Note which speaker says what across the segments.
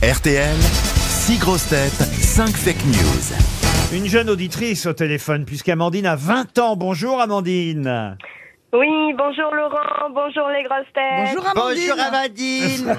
Speaker 1: RTL, 6 grosses têtes, 5 fake news.
Speaker 2: Une jeune auditrice au téléphone, puisqu'Amandine a 20 ans. Bonjour Amandine.
Speaker 3: Oui, bonjour Laurent, bonjour les grosses têtes.
Speaker 4: Bonjour Amandine.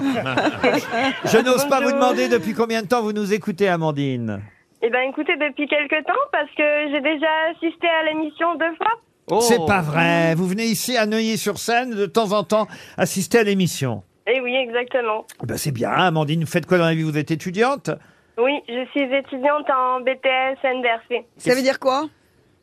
Speaker 2: Je
Speaker 4: Ah,
Speaker 2: n'ose pas vous
Speaker 3: Bonjour.
Speaker 2: demander depuis combien de temps vous nous écoutez, Amandine.
Speaker 3: Eh ben écoutez, depuis quelques temps, parce que j'ai déjà assisté à l'émission deux fois.
Speaker 4: Oh.
Speaker 2: C'est pas vrai. Vous venez ici à Neuilly-sur-Seine de temps en temps assister à l'émission.
Speaker 3: Eh oui, exactement.
Speaker 2: Ah ben, c'est bien, Amandine. Vous faites quoi dans la vie Vous êtes étudiante
Speaker 3: Oui, je suis étudiante en BTS NDRC.
Speaker 4: Ça veut dire quoi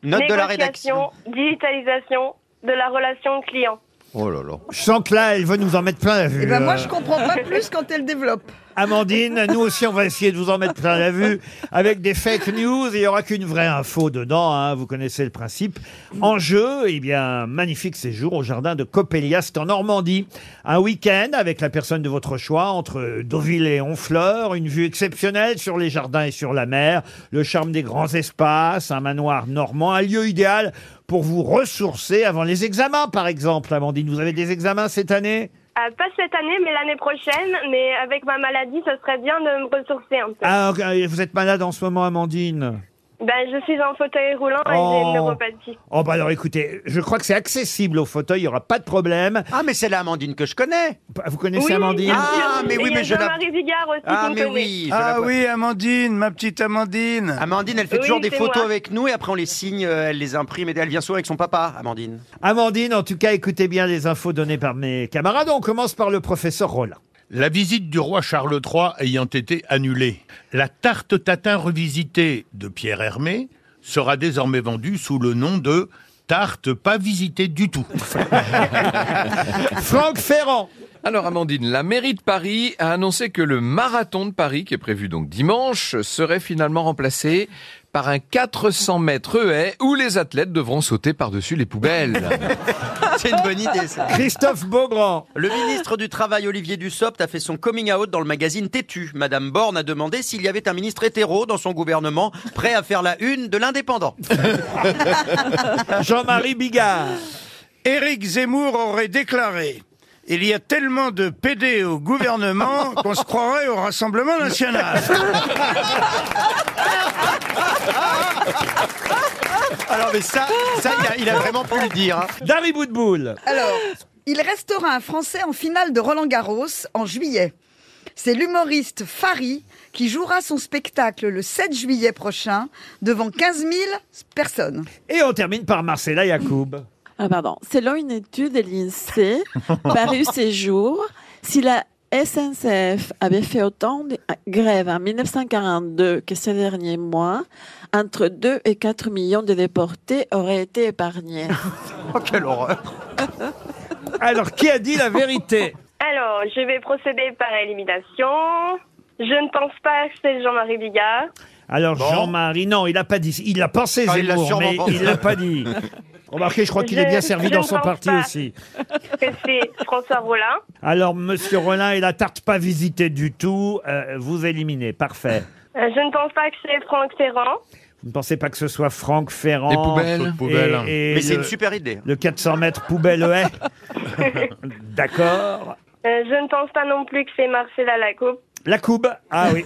Speaker 5: Note de la rédaction.
Speaker 3: Négociation, digitalisation de la relation client.
Speaker 5: Oh là là.
Speaker 2: Je sens que là, elle veut nous en mettre plein la vue.
Speaker 4: Eh ben moi
Speaker 2: euh,
Speaker 4: je comprends pas plus quand elle développe.
Speaker 2: Amandine, nous aussi, on va essayer de vous en mettre plein la vue avec des fake news. Il n'y aura qu'une vraie info dedans. hein. Vous connaissez le principe. En jeu, eh bien, magnifique séjour au jardin de Coppelia. C'est en Normandie. Un week-end avec la personne de votre choix entre Deauville et Honfleur. Une vue exceptionnelle sur les jardins et sur la mer. Le charme des grands espaces. Un manoir normand. Un lieu idéal pour vous ressourcer avant les examens, par exemple. Amandine, vous avez des examens cette année?
Speaker 3: Ah, pas cette année, mais l'année prochaine. Mais avec ma maladie, ce serait bien de me ressourcer un peu.
Speaker 2: Ah, vous êtes malade en ce moment, Amandine?
Speaker 3: Ben, je suis en fauteuil roulant et j'ai
Speaker 2: Oh.
Speaker 3: une neuropathie.
Speaker 2: Oh bah alors écoutez, je crois que c'est accessible au fauteuil, il n'y aura pas de problème.
Speaker 5: Ah, mais c'est la Amandine que je connais.
Speaker 2: Vous connaissez
Speaker 3: oui,
Speaker 2: Amandine
Speaker 3: bien sûr.
Speaker 5: Ah, mais
Speaker 3: Et
Speaker 5: oui,
Speaker 3: il y a
Speaker 5: mais je la-
Speaker 3: Jean-Marie Vigard aussi.
Speaker 5: Ah,
Speaker 3: qu'on
Speaker 5: mais
Speaker 3: connaît.
Speaker 5: oui. je la
Speaker 6: Ah
Speaker 5: vois.
Speaker 6: oui, Amandine, ma petite Amandine.
Speaker 5: Amandine, elle fait
Speaker 3: Oui,
Speaker 5: toujours des
Speaker 3: c'est
Speaker 5: photos
Speaker 3: moi.
Speaker 5: avec nous et après on les signe, euh, elle les imprime et elle vient souvent avec son papa, Amandine.
Speaker 2: Amandine, en tout cas, écoutez bien les infos données par mes camarades. On commence par le professeur Rollin.
Speaker 7: La visite du roi Charles III ayant été annulée, la tarte tatin revisitée de Pierre Hermé sera désormais vendue sous le nom de tarte pas visitée du tout.
Speaker 2: Franck Ferrand,
Speaker 8: Alors Amandine, la mairie de Paris a annoncé que le marathon de Paris, qui est prévu donc dimanche, serait finalement remplacé par un 400 mètres haies où les athlètes devront sauter par-dessus les poubelles.
Speaker 5: C'est une bonne idée, ça.
Speaker 2: Christophe Beaugrand,
Speaker 5: Le ministre du Travail, Olivier Dussopt, a fait son coming out dans le magazine Têtu. Madame Borne a demandé s'il y avait un ministre hétéro dans son gouvernement prêt à faire la une de l'indépendant.
Speaker 2: Jean-Marie Bigard,
Speaker 6: Éric Zemmour aurait déclaré Il y a tellement de PD au gouvernement qu'on se croirait au Rassemblement national.
Speaker 5: Alors, mais ça, ça il, a, il a vraiment pu le dire. hein.
Speaker 2: Dari Boudboul,
Speaker 4: Alors, il restera un Français en finale de Roland Garros en juillet. C'est l'humoriste Fari qui jouera son spectacle le 7 juillet prochain devant 15 000 personnes.
Speaker 2: et on termine par Marcella Yacoub.
Speaker 9: Ah, pardon. Selon une étude de l'INSEE parue ces jours, si la SNCF avait fait autant de grèves en 1942 que ces derniers mois, entre 2 et 4 millions de déportés auraient été épargnés.
Speaker 5: Oh, quelle horreur.
Speaker 2: Alors, qui a dit la vérité
Speaker 3: Alors, je vais procéder par élimination. Je ne pense pas que c'est Jean-Marie Bigard.
Speaker 2: Alors, Jean-Marie, non, il n'a pas dit. Il l'a pensé,
Speaker 5: Ah, il l'a
Speaker 2: Zemmour,
Speaker 5: sûrement
Speaker 2: mais
Speaker 5: pensé.
Speaker 2: il l'a pas dit. Remarquez, je crois qu'il est
Speaker 3: Je-
Speaker 2: bien servi
Speaker 3: je
Speaker 2: dans
Speaker 3: ne
Speaker 2: son
Speaker 3: pense
Speaker 2: parti
Speaker 3: pas.
Speaker 2: aussi.
Speaker 3: que c'est François Rollin.
Speaker 2: Alors, Monsieur Rollin et la tarte pas visitée du tout, euh, vous éliminez. Parfait.
Speaker 3: Euh, Je ne pense pas que c'est Franck Ferrand.
Speaker 2: Vous ne pensez pas que ce soit Franck Ferrand
Speaker 8: les poubelles.
Speaker 2: et- et
Speaker 5: Mais c'est
Speaker 2: le,
Speaker 5: une super idée. hein.
Speaker 2: le 400 mètres poubelle haie. D'accord.
Speaker 3: Euh, Je ne pense pas non plus que c'est Marcella Lacoupe.
Speaker 2: La coupe. Ah oui.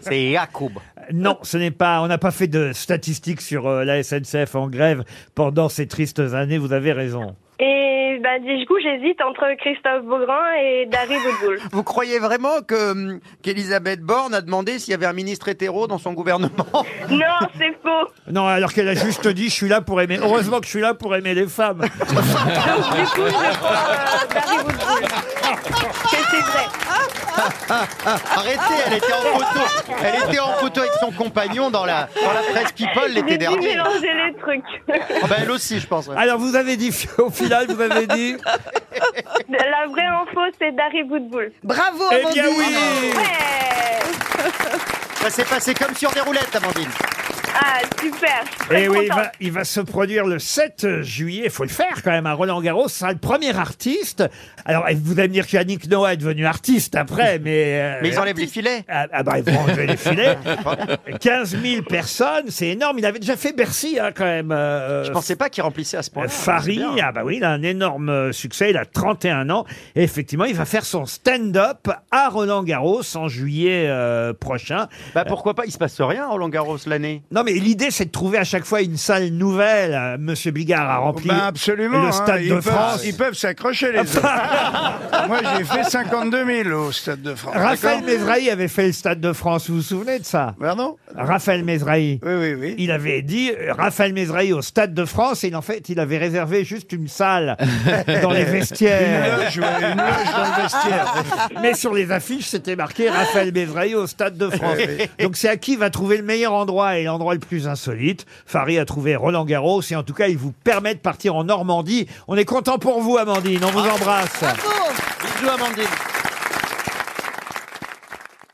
Speaker 5: C'est Yacoub.
Speaker 2: Non, ce n'est pas. On n'a pas fait de statistiques sur euh, la SNCF en grève pendant ces tristes années. Vous avez raison.
Speaker 3: Et bah, du coup, j'hésite entre Christophe Beaugrand et Dari Boudboul.
Speaker 5: Vous croyez vraiment que hum, qu'Elisabeth Borne a demandé s'il y avait un ministre hétéro dans son gouvernement
Speaker 3: non, c'est faux.
Speaker 2: Non, alors qu'elle a juste dit, je suis là pour aimer. Heureusement que je suis là pour aimer les femmes.
Speaker 3: C'était vrai.
Speaker 5: Arrêtez, elle était en photo. Elle était en photo avec son compagnon dans la, dans la presse People l'été
Speaker 3: J'ai dû
Speaker 5: dernier.
Speaker 3: mélanger les trucs.
Speaker 5: Ah bah, elle aussi, je pense. ouais.
Speaker 2: Alors vous avez dit au final, vous avez dit.
Speaker 3: La vraie info, c'est Dari Boudboul.
Speaker 4: Bravo
Speaker 2: eh
Speaker 4: Amandine
Speaker 2: bien oui.
Speaker 3: Ouais.
Speaker 5: Ça s'est passé comme sur des roulettes, Amandine.
Speaker 3: Ah, super. je suis très
Speaker 2: Et Eh oui, il
Speaker 3: contente.
Speaker 2: va, il va se produire le 7 juillet. Il faut le faire quand même. À Roland Garros, ce sera le premier artiste. Alors, vous allez me dire qu'Yannick Noah est devenu artiste après, mais. euh,
Speaker 5: Mais ils enlèvent les filets.
Speaker 2: Ah, ah bah, ils vont enlever les filets. 15 000 personnes, c'est énorme. Il avait déjà fait Bercy, hein, quand même. euh,
Speaker 5: Je pensais pas qu'ils remplissaient à ce point-là.
Speaker 2: Fari,
Speaker 5: C'est bien.
Speaker 2: ah bah oui, il a un énorme euh, succès, il a 31 ans. Et effectivement, il va faire son stand-up à Roland-Garros en juillet euh, prochain.
Speaker 5: Bah pourquoi pas Il se passe rien, Roland Garros, l'année.
Speaker 2: Non mais l'idée, c'est de trouver à chaque fois une salle nouvelle. Euh, Monsieur Bigard a rempli
Speaker 6: Ben, absolument.
Speaker 2: le stade
Speaker 6: hein, ils
Speaker 2: de
Speaker 6: peuvent-
Speaker 2: France.
Speaker 6: Ils peuvent s'accrocher, les autres. Moi, j'ai fait 52 000 au Stade de France.
Speaker 2: Raphaël
Speaker 6: d'accord
Speaker 2: Mesrahi avait fait le stade de France, vous vous souvenez de ça
Speaker 6: Pardon
Speaker 2: Raphaël Mesrahi.
Speaker 6: Oui, oui, oui.
Speaker 2: Il avait dit euh, Raphaël Mesrahi au stade de France et il- en fait il avait réservé juste une salle dans les
Speaker 6: Une
Speaker 2: vestiaires.
Speaker 6: loge, ouais, une loge dans le vestiaire.
Speaker 2: Mais sur les affiches, c'était marqué Raphaël Bévraillé au Stade de France.
Speaker 6: Eh
Speaker 2: Donc c'est à qui va trouver le meilleur endroit et l'endroit le plus insolite. Farid a trouvé Roland Garros et en tout cas, il vous permet de
Speaker 6: Ah.
Speaker 2: partir en Normandie. On est content pour vous, Amandine. On vous embrasse.
Speaker 5: Bisous, Amandine.